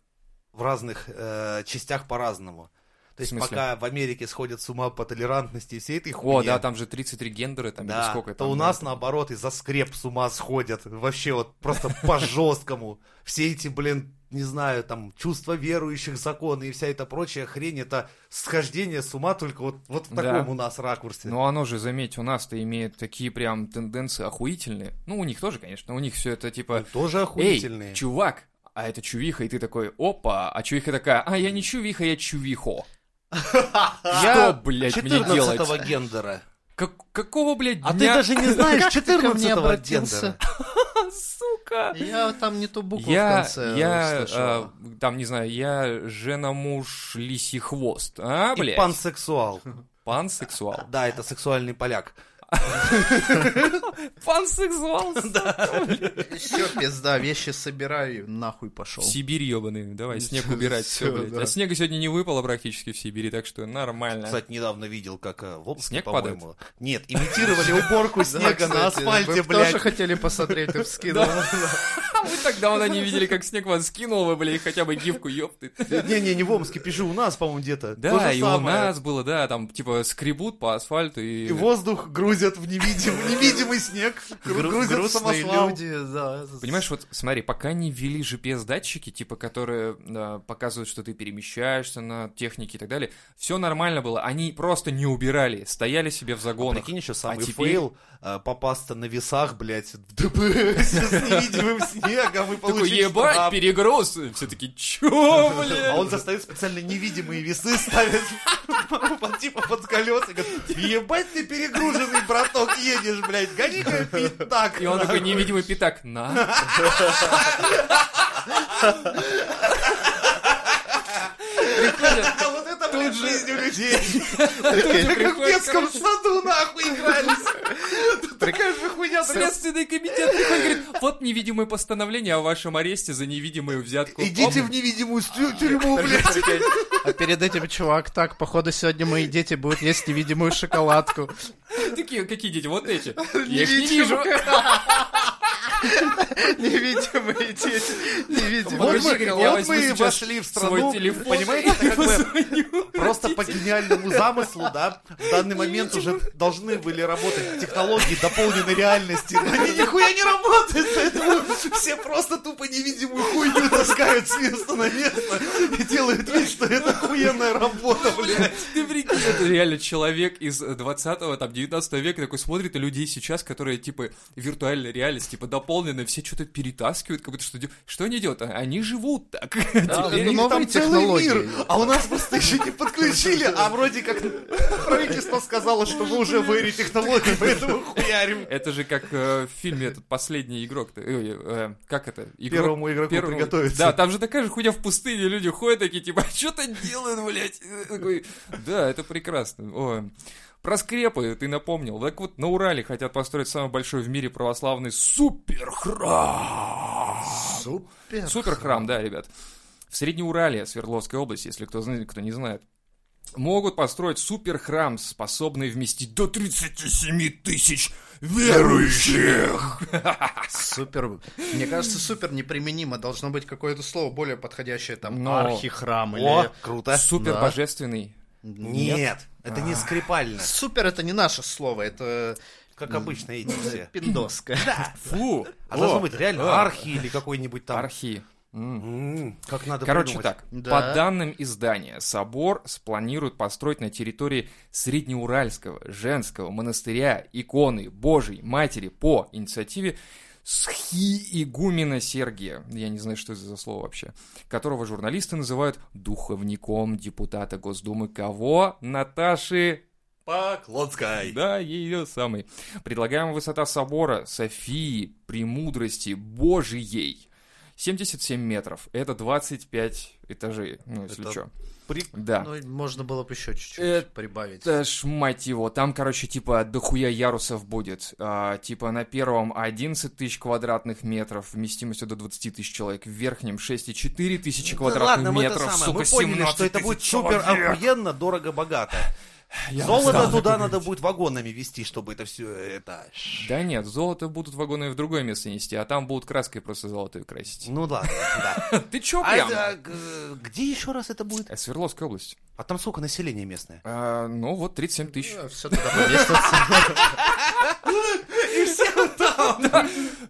Speaker 2: в разных э, частях по-разному? То
Speaker 1: В
Speaker 2: есть
Speaker 1: смысле?
Speaker 2: пока в Америке сходят с ума по толерантности и всей этой хуйне,
Speaker 1: О, да, там же 33 гендера, там
Speaker 2: да,
Speaker 1: или сколько
Speaker 2: то
Speaker 1: там,
Speaker 2: у
Speaker 1: да.
Speaker 2: нас наоборот из-за скреп с ума сходят. Вообще вот просто по-жесткому. Все эти, блин, не знаю, там, чувства верующих, законы и вся эта прочая хрень, это схождение с ума только вот, вот в
Speaker 1: Да.
Speaker 2: таком у нас ракурсе.
Speaker 1: Но Ну, оно же, заметь, у нас-то имеет такие прям тенденции охуительные. Ну, у них тоже, конечно, у них все это типа...
Speaker 2: Ну, Тоже охуительные.
Speaker 1: Эй, чувак, а это чувиха, и ты такой, опа, а чувиха такая, а я не чувиха, я чувихо.
Speaker 2: Я
Speaker 1: Что, блядь, мне
Speaker 2: 14
Speaker 1: делать?
Speaker 2: гендера.
Speaker 1: Как- какого, блядь,
Speaker 2: А ты
Speaker 1: дня?
Speaker 2: даже не знаешь
Speaker 4: ты ко
Speaker 2: 14
Speaker 4: мне обратился?
Speaker 2: гендера.
Speaker 1: Сука!
Speaker 4: Я там не ту букву в
Speaker 1: Я,
Speaker 4: конце
Speaker 1: я,
Speaker 4: услышал.
Speaker 1: а, там, не знаю, я жена-муж лисихвост. А,
Speaker 2: И
Speaker 1: блядь,
Speaker 2: пансексуал.
Speaker 1: пансексуал.
Speaker 2: Да, это сексуальный поляк.
Speaker 1: Пансексуал,
Speaker 4: Все, пизда, вещи собираю, и нахуй
Speaker 1: В
Speaker 4: пошел.
Speaker 1: Сибирь, ебаный, давай, снег убирать, все,
Speaker 4: Всё,
Speaker 1: блядь.
Speaker 4: да.
Speaker 1: А снега сегодня не выпало практически в Сибири, так что нормально.
Speaker 2: Кстати, недавно видел, как э, в Омске,
Speaker 1: Снег
Speaker 2: по-моему. Нет, имитировали уборку снега на асфальте,
Speaker 4: Вы тоже
Speaker 2: блядь.
Speaker 4: хотели посмотреть, ты вскинул.
Speaker 1: А вы так давно не видели, как снег вас скинул, вы, блядь, хотя бы гифку, ёпты.
Speaker 2: Не-не, не в Омске, пиши, у нас, по-моему, где-то. То
Speaker 1: Да,
Speaker 2: же
Speaker 1: и у
Speaker 2: самое.
Speaker 1: нас было, да, там, типа, скребут по асфальту и...
Speaker 2: И воздух грузят в невидим- в невидимый снег. Гру-
Speaker 4: Гру-
Speaker 2: Грузят в
Speaker 4: Грустные
Speaker 2: самосвал.
Speaker 4: люди, да.
Speaker 1: Понимаешь, вот смотри, пока не ввели GPS-датчики, типа, которые э, показывают, что ты перемещаешься на технике и так далее, все нормально было, они просто не убирали, стояли себе в
Speaker 2: А
Speaker 1: загонах.
Speaker 2: Прикинь, еще самый
Speaker 1: теперь-
Speaker 2: фейл э, попасться на весах, блядь, в ДПС с невидимым снегом и
Speaker 1: Такой,
Speaker 2: получить
Speaker 1: ебать,
Speaker 2: штраф.
Speaker 1: перегруз! Все таки чё, блядь?
Speaker 2: А он достает специально невидимые весы, ставит под- типа под колеса и говорит, ебать ты перегруженный, браток, едешь, блядь, гони-ка пятак.
Speaker 1: И он такой
Speaker 2: нахуй».
Speaker 1: невидимый пятак. На. Приходят,
Speaker 2: А вот это, блядь,
Speaker 1: же-
Speaker 2: жизнь у людей.
Speaker 4: Такая
Speaker 2: Как в
Speaker 1: приходит,
Speaker 2: детском
Speaker 1: короче,
Speaker 2: саду, нахуй, игрались. Такая же хуйня, блядь.
Speaker 1: Следственный комитет приходит, говорит, вот невидимое постановление о вашем аресте за невидимую взятку.
Speaker 2: Идите
Speaker 1: Оп.
Speaker 2: в невидимую стю- тюрьму, блядь.
Speaker 4: А перед этим чувак так, походу, сегодня мои дети будут есть невидимую шоколадку.
Speaker 1: Такие, какие дети? Вот эти. Я их не вижу.
Speaker 4: Невидимка. Невидимые дети,
Speaker 2: Вот
Speaker 4: невидимые
Speaker 1: Подожди,
Speaker 2: мы,
Speaker 1: говорит, я
Speaker 2: вот
Speaker 1: возьму
Speaker 2: мы и
Speaker 1: сейчас
Speaker 2: вошли в страну,
Speaker 1: свой телефон
Speaker 2: понимаете, это как бы
Speaker 1: позвоню.
Speaker 2: Просто по гениальному замыслу, да, в данный момент уже должны были работать технологии дополненной реальности. Но они нихуя не работают, поэтому все просто тупо невидимую хуйню таскают с места на место и делают вид, что это охуенная работа, блядь.
Speaker 1: Ты прикинь, это реально человек из 20-го, там, 19 века такой смотрит на людей сейчас, которые, типа, виртуальная реальность, типа, дополнены, все что-то перетаскивают, как будто что дел- Что они делают? А, Они живут так. Теперь-
Speaker 4: ну,
Speaker 2: Там
Speaker 4: Новые
Speaker 2: целый мир,
Speaker 4: технологии.
Speaker 2: а у нас просто еще не подключили, а вроде как правительство сказало, что мы уже в эре технологий, поэтому хуярим.
Speaker 1: Это же как э, в фильме этот «Последний игрок». Ты- ой, э, как это? Игрок-
Speaker 2: Первому игроку приготовиться.
Speaker 1: Да, там же такая же хуйня в пустыне, люди ходят такие, типа, а что-то делают, блядь. Э, такой, да, это прекрасно. Ой. Про скрепы ты напомнил. Так вот, на Урале хотят построить самый большой в мире православный суперхрам.
Speaker 4: Супер.
Speaker 1: Суперхрам, да, ребят. В Среднеурале, Свердловской области, если кто, знает, кто не знает. могут построить суперхрам, способный вместить до 37 тысяч верующих.
Speaker 4: Супер. Мне кажется, супер неприменимо. Должно быть какое-то слово более подходящее, там,
Speaker 1: Но-
Speaker 4: архихрам
Speaker 2: О,
Speaker 4: или...
Speaker 2: круто.
Speaker 1: Супер божественный.
Speaker 2: Нет, это
Speaker 1: А.
Speaker 2: не скрипально.
Speaker 4: Супер это не наше слово, это
Speaker 2: Как обычно эти все.
Speaker 4: пиндоское.
Speaker 1: Фу.
Speaker 2: А
Speaker 1: О,
Speaker 2: должно быть реально
Speaker 1: а.
Speaker 2: архи или какой-нибудь там.
Speaker 1: Архи. М.
Speaker 2: М, Как надо
Speaker 1: Короче
Speaker 2: придумать.
Speaker 1: так,
Speaker 4: Да.
Speaker 1: по данным издания, собор спланируют построить на территории Среднеуральского женского монастыря иконы Божьей Матери по инициативе схиигумена Сергия, я не знаю, что это за слово вообще, которого журналисты называют духовником депутата Госдумы кого? Наташи
Speaker 5: Поклонская.
Speaker 1: да, ее самый. Предлагаемая высота собора Софии Премудрости Божией 77 метров. Это 25 этажей, ну, если
Speaker 2: Это
Speaker 1: что.
Speaker 2: при-
Speaker 1: Да.
Speaker 4: Ну, можно было бы еще чуть-чуть
Speaker 1: Это-
Speaker 4: прибавить.
Speaker 1: Это ж, мать его, там, короче, типа дохуя ярусов будет. А, типа на первом 11 тысяч квадратных метров, вместимостью до 20 тысяч человек. В верхнем 6,4 тысячи
Speaker 2: Ну,
Speaker 1: квадратных
Speaker 2: ладно, мы это
Speaker 1: метров,
Speaker 2: самое,
Speaker 1: сука,
Speaker 2: мы поняли, что
Speaker 1: 17
Speaker 2: это будет
Speaker 1: тысяч
Speaker 2: супер
Speaker 1: человек.
Speaker 2: охуенно, дорого, богато.
Speaker 1: Я
Speaker 2: Золото
Speaker 1: устал.
Speaker 2: туда надо будет вагонами вести, чтобы это все это.
Speaker 1: Да нет, золото будут вагоны в другое место нести, а там будут краской просто золотую красить.
Speaker 2: Ну ладно, да.
Speaker 1: Ты чё
Speaker 2: А
Speaker 1: Ну, прям?
Speaker 2: это, э, где еще раз это будет?
Speaker 1: Э, Свердловская область.
Speaker 2: А там сколько населения местное?
Speaker 1: А, ну вот 37 тысяч.
Speaker 4: Все туда повесилось.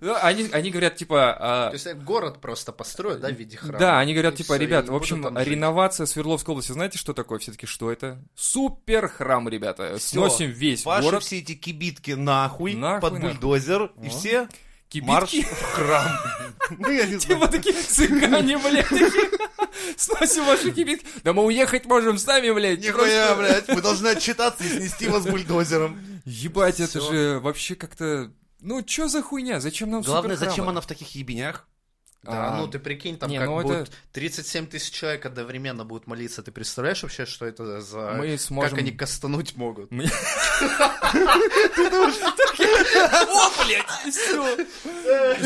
Speaker 1: Ну, Они, они говорят, типа... а,
Speaker 4: То есть э, город просто построят, да, в виде храма.
Speaker 1: да, они говорят,
Speaker 4: И
Speaker 1: типа,
Speaker 4: всё,
Speaker 1: ребят,
Speaker 4: и
Speaker 1: в общем,
Speaker 4: будут там жить.
Speaker 1: реновация Свердловской области, знаете, что такое? Все-таки что это? Супер храм, ребята.
Speaker 2: Всё.
Speaker 1: Сносим весь
Speaker 2: Ваши
Speaker 1: город.
Speaker 2: все эти кибитки нахуй,
Speaker 1: Нахуй,
Speaker 2: под
Speaker 1: нахуй.
Speaker 2: бульдозер, и
Speaker 1: Вот.
Speaker 2: все
Speaker 1: Кибитки.
Speaker 2: марш в храм. Ну, я не знаю.
Speaker 1: Типа такие цыгане, блядь, такие. Сносим ваши кибитки. Да мы уехать можем сами, блядь.
Speaker 2: Нихуя,
Speaker 1: Просто-
Speaker 2: блядь, мы должны отчитаться и снести вас бульдозером.
Speaker 1: Ебать, это
Speaker 4: Всё.
Speaker 1: же вообще как-то... Ну, чё за хуйня? Зачем нам
Speaker 2: Главное,
Speaker 1: суперхрамы?
Speaker 2: зачем она в таких ебенях?
Speaker 4: Да,
Speaker 1: А,
Speaker 4: ну ты прикинь, там
Speaker 1: не,
Speaker 4: как
Speaker 1: ну это-
Speaker 4: будут 37 тысяч человек одновременно будут молиться. Ты представляешь вообще, что это за...
Speaker 1: Мы сможем...
Speaker 4: Как они кастануть могут?
Speaker 1: О, блядь, и всё.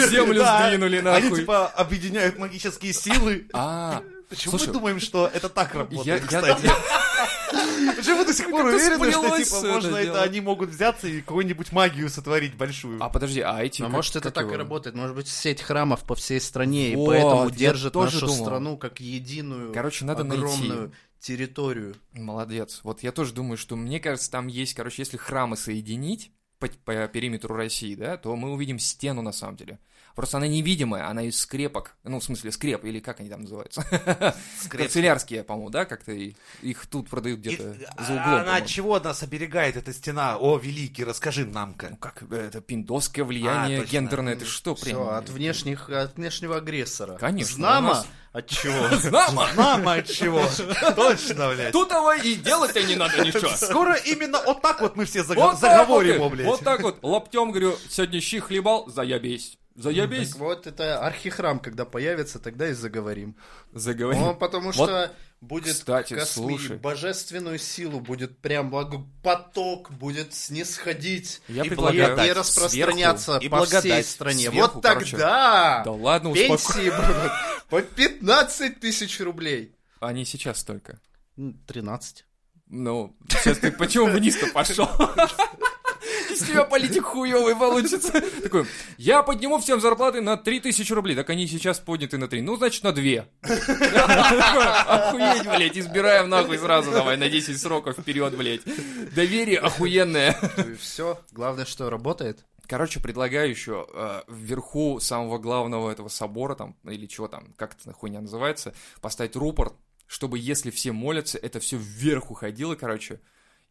Speaker 1: Землю
Speaker 2: Да.
Speaker 1: сдвинули,
Speaker 2: Они
Speaker 1: нахуй.
Speaker 2: типа объединяют магические силы.
Speaker 1: А,
Speaker 2: Почему
Speaker 1: Слушай,
Speaker 2: мы думаем, что это так
Speaker 1: я,
Speaker 2: работает,
Speaker 1: я-
Speaker 2: кстати? Почему до сих пор
Speaker 1: Как-то
Speaker 2: уверены, что
Speaker 1: сплелось
Speaker 2: типа
Speaker 1: это
Speaker 2: можно это,
Speaker 1: дело.
Speaker 2: они могут взяться и какую-нибудь магию сотворить большую?
Speaker 1: А подожди, а эти...
Speaker 4: А
Speaker 1: как-
Speaker 4: может это
Speaker 1: как
Speaker 4: так и
Speaker 1: его?
Speaker 4: работает, может быть сеть храмов по всей стране, и
Speaker 1: Вот,
Speaker 4: поэтому
Speaker 1: я
Speaker 4: держит
Speaker 1: тоже
Speaker 4: нашу
Speaker 1: думал.
Speaker 4: страну как единую,
Speaker 1: Короче, надо
Speaker 4: огромную
Speaker 1: найти.
Speaker 4: территорию.
Speaker 1: Молодец. Вот я тоже думаю, что мне кажется, там есть, короче, если храмы соединить по, по периметру России, да, то мы увидим стену на самом деле. Просто она невидимая, она из скрепок. Ну, в смысле, скреп, или как они там называются? Канцелярские, по-моему, да, как-то и- их тут продают
Speaker 2: И-
Speaker 1: где-то
Speaker 2: а
Speaker 1: за углом.
Speaker 2: Она
Speaker 1: по-моему.
Speaker 2: от чего нас оберегает, эта стена? О, великий, расскажи нам-ка.
Speaker 1: Ну, как э, это пиндосское влияние
Speaker 2: точно.
Speaker 1: гендерное, это что,
Speaker 4: А, Всё, от внешних, от внешнего агрессора.
Speaker 1: Конечно,
Speaker 4: Знамо
Speaker 1: у нас-
Speaker 4: от чего?
Speaker 1: Знамо!
Speaker 2: Нам от чего? Точно, блядь.
Speaker 1: Тут его и делать-то не надо ничего.
Speaker 2: Скоро именно вот так вот мы все
Speaker 1: Вот
Speaker 2: заг-
Speaker 1: так вот,
Speaker 2: заговорим,
Speaker 1: и-
Speaker 2: о, блядь.
Speaker 1: вот так вот, лоптем, говорю, сегодня щи хлебал, заебись. Заебись.
Speaker 4: Так вот, это архихрам, когда появится, тогда и заговорим.
Speaker 1: Заговори.
Speaker 4: Он, потому
Speaker 1: Вот,
Speaker 4: что будет
Speaker 1: кстати,
Speaker 4: косми-
Speaker 1: слушай.
Speaker 4: божественную силу, будет прям благо- поток, будет снисходить.
Speaker 1: Я
Speaker 4: и,
Speaker 1: предлагаю
Speaker 4: и
Speaker 1: так,
Speaker 4: распространяться
Speaker 1: сверху, и
Speaker 4: по всей
Speaker 1: благодать
Speaker 4: стране.
Speaker 1: сверху,
Speaker 4: вот
Speaker 1: короче.
Speaker 4: тогда
Speaker 1: Да ладно, успокойся.
Speaker 4: пенсии будут по 15 тысяч рублей.
Speaker 1: Они сейчас столько.
Speaker 4: 13.
Speaker 1: Ну, сейчас ты почему вниз-то пошел? Из тебя политик хуёвый получится. Такой, я подниму всем зарплаты на 3000 рублей. Так они сейчас подняты на 3. Ну, значит, на 2. Охуеть, блядь, избираем нахуй сразу давай на 10 сроков вперед, блядь. Доверие охуенное.
Speaker 4: И все. Главное, что работает.
Speaker 1: Короче, предлагаю еще э, вверху самого главного этого собора, там, или чего там, как это хуйня называется, поставить рупорт, чтобы, если все молятся, это все вверх уходило, короче.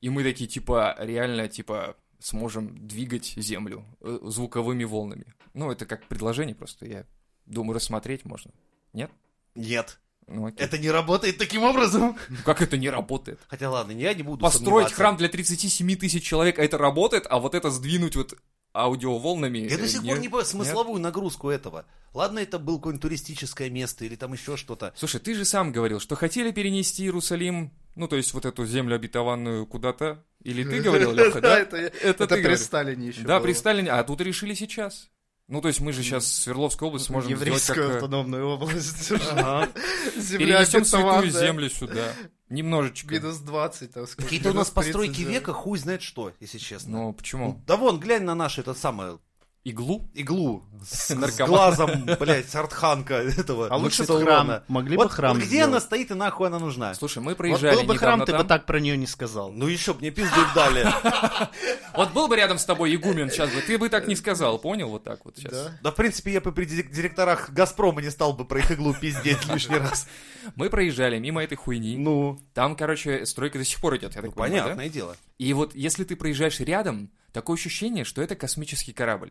Speaker 1: И мы такие, типа, реально, типа, сможем двигать землю э, звуковыми волнами. Ну, это как предложение просто, я думаю, рассмотреть можно.
Speaker 2: Нет,
Speaker 1: Ну, окей.
Speaker 2: это не работает таким образом.
Speaker 1: Ну, как это не работает?
Speaker 2: Хотя ладно, я не буду
Speaker 1: Построить
Speaker 2: сомневаться.
Speaker 1: храм для 37 тысяч человек, а это работает, а вот это сдвинуть вот аудиоволнами...
Speaker 2: Я
Speaker 1: э,
Speaker 2: до сих пор не понимаю
Speaker 1: нет?
Speaker 2: смысловую нагрузку этого. Ладно, это было какое-нибудь туристическое место или там еще что-то.
Speaker 1: Слушай, ты же сам говорил, что хотели перенести Иерусалим, ну, то есть вот эту землю обетованную куда-то. Или ты говорил, Леха, да?
Speaker 4: это,
Speaker 1: Это
Speaker 4: это
Speaker 1: ты
Speaker 4: при
Speaker 1: говорил.
Speaker 4: Сталине еще
Speaker 1: Да, при Сталине, а тут решили сейчас. Ну, то есть мы же сейчас Свердловскую область можем сделать
Speaker 4: Ну, Еврейскую
Speaker 1: как... э,
Speaker 4: автономную область. Земля
Speaker 1: Перенесем святую
Speaker 4: обетованная.
Speaker 1: землю сюда. Немножечко.
Speaker 4: Минус 20, там сколько,
Speaker 2: Какие-то у нас
Speaker 4: минус 30
Speaker 2: постройки
Speaker 4: же.
Speaker 2: века, хуй знает что, если честно.
Speaker 1: Ну, почему?
Speaker 2: Да вон, глянь на нашу, это самое,
Speaker 1: Иглу?
Speaker 2: иглу с, с
Speaker 1: Наркоман.
Speaker 2: глазом, блядь, артханка этого.
Speaker 4: А лучше бы
Speaker 2: Мишелона.
Speaker 4: храм. Могли бы
Speaker 2: Вот-
Speaker 4: храм
Speaker 2: вот где
Speaker 4: сделать.
Speaker 2: она стоит и нахуй она нужна?
Speaker 1: А, Слушай, мы
Speaker 4: Вот
Speaker 1: проезжали
Speaker 4: был бы храм,
Speaker 1: недавно
Speaker 4: ты бы
Speaker 1: там.
Speaker 4: так про нее не сказал.
Speaker 2: Ну еще б мне пизду им дали.
Speaker 1: Вот был бы рядом с тобой игумен сейчас бы, ты бы так не сказал, понял? Вот так вот сейчас.
Speaker 4: Да.
Speaker 2: Да, в принципе, я бы при дирек- директорах Газпрома не стал бы про их иглу пиздеть лишний раз.
Speaker 1: Мы проезжали мимо этой хуйни.
Speaker 2: Ну,
Speaker 1: Там, короче, стройка до сих пор идет, я так понимаю, да?
Speaker 2: понятное дело.
Speaker 1: И вот если ты проезжаешь рядом, такое ощущение, что это космический корабль.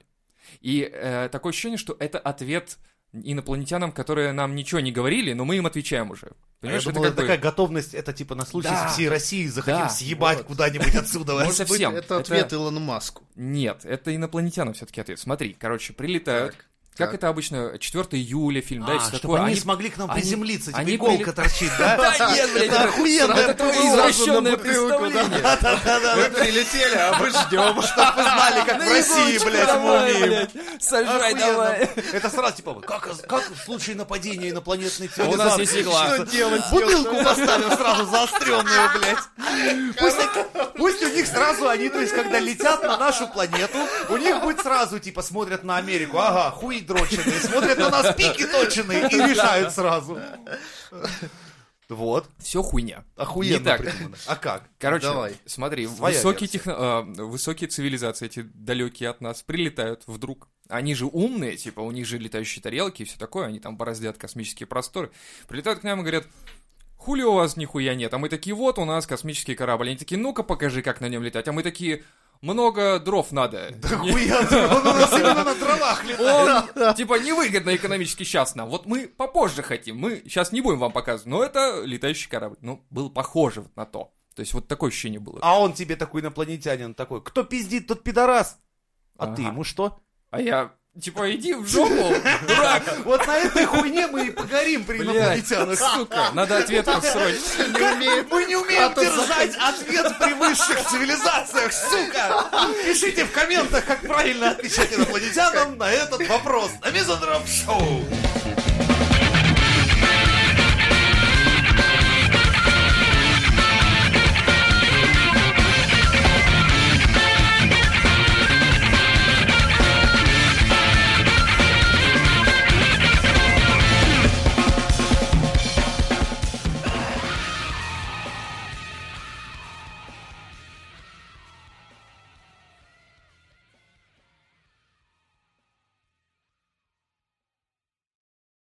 Speaker 1: И э, такое ощущение, что это ответ инопланетянам, которые нам ничего не говорили, но мы им отвечаем уже.
Speaker 2: А Я
Speaker 1: Понимаешь,
Speaker 2: думал,
Speaker 1: это
Speaker 2: это
Speaker 1: как
Speaker 2: такая
Speaker 1: бы...
Speaker 2: готовность, это типа на случай,
Speaker 1: Да.
Speaker 2: если всей России захотим
Speaker 1: Да,
Speaker 2: съебать
Speaker 1: вот.
Speaker 2: куда-нибудь отсюда.
Speaker 1: Может, совсем.
Speaker 4: Это ответ Илону Маску.
Speaker 1: Нет, это инопланетянам все-таки ответ. Смотри, короче, прилетают. как
Speaker 4: так.
Speaker 1: это обычно, 4 июля, фильм, да, и
Speaker 2: А,
Speaker 1: всё
Speaker 2: чтобы
Speaker 1: такое.
Speaker 2: они
Speaker 1: Они-
Speaker 2: смогли к нам
Speaker 1: они-
Speaker 2: приземлиться, типа
Speaker 1: они
Speaker 2: иголка
Speaker 1: были-
Speaker 2: торчит, да?
Speaker 1: Да нет, блядь,
Speaker 2: Это
Speaker 1: это
Speaker 2: охуенное
Speaker 1: это твое извращенное представление.
Speaker 4: Вы прилетели, а мы ждем, что...
Speaker 2: Вы знали, как в России, блядь, мы
Speaker 1: Давай,
Speaker 2: умеем.
Speaker 1: блядь, Сажай,
Speaker 2: Охуенно.
Speaker 1: давай.
Speaker 2: Это сразу типа, как, как в случае нападения инопланетной
Speaker 1: у нас есть игла.
Speaker 2: Что делать? Бутылку поставим сразу заостренную, блядь. Пусть, пусть у них сразу они, то есть, когда летят на нашу планету, у них будет сразу, типа, смотрят на Америку, ага, хуй дроченые, смотрят на нас пики точеные и решают сразу. Вот.
Speaker 1: Все хуйня.
Speaker 2: Охуенно
Speaker 1: Не так.
Speaker 2: придумано. А как?
Speaker 1: Короче,
Speaker 4: Давай.
Speaker 1: смотри,
Speaker 2: Своя
Speaker 1: высокие,
Speaker 2: версия.
Speaker 1: техно- а, высокие цивилизации, эти далекие от нас, прилетают вдруг. Они же умные, типа, у них же летающие тарелки и все такое, они там бороздят космические просторы. Прилетают к нам и говорят, хули у вас нихуя нет? А мы такие, вот у нас космический корабль. Они такие, ну-ка покажи, как на нем летать. А мы такие, много дров надо.
Speaker 2: Охуенно. Он у нас именно на дровах летает.
Speaker 1: Он, типа, невыгодно экономически сейчас нам. Вот мы попозже хотим, мы сейчас не будем вам показывать. Но это летающий корабль. Ну, было похоже вот на то. То есть вот такое ощущение было.
Speaker 2: А он тебе такой инопланетянин такой, кто пиздит, тот пидорас. А ты
Speaker 1: Ага.
Speaker 2: ему что?
Speaker 1: А я, типа, иди в жопу, дурак,
Speaker 2: Вот на этой хуйне мы и погорим при
Speaker 1: блядь, А
Speaker 2: инопланетянах.
Speaker 1: сука, надо ответ срочно.
Speaker 2: Как мы не умеем держать ответ при высших цивилизациях, сука! Пишите в комментах, как правильно отвечать инопланетянам на этот вопрос. На Мизодроп Шоу!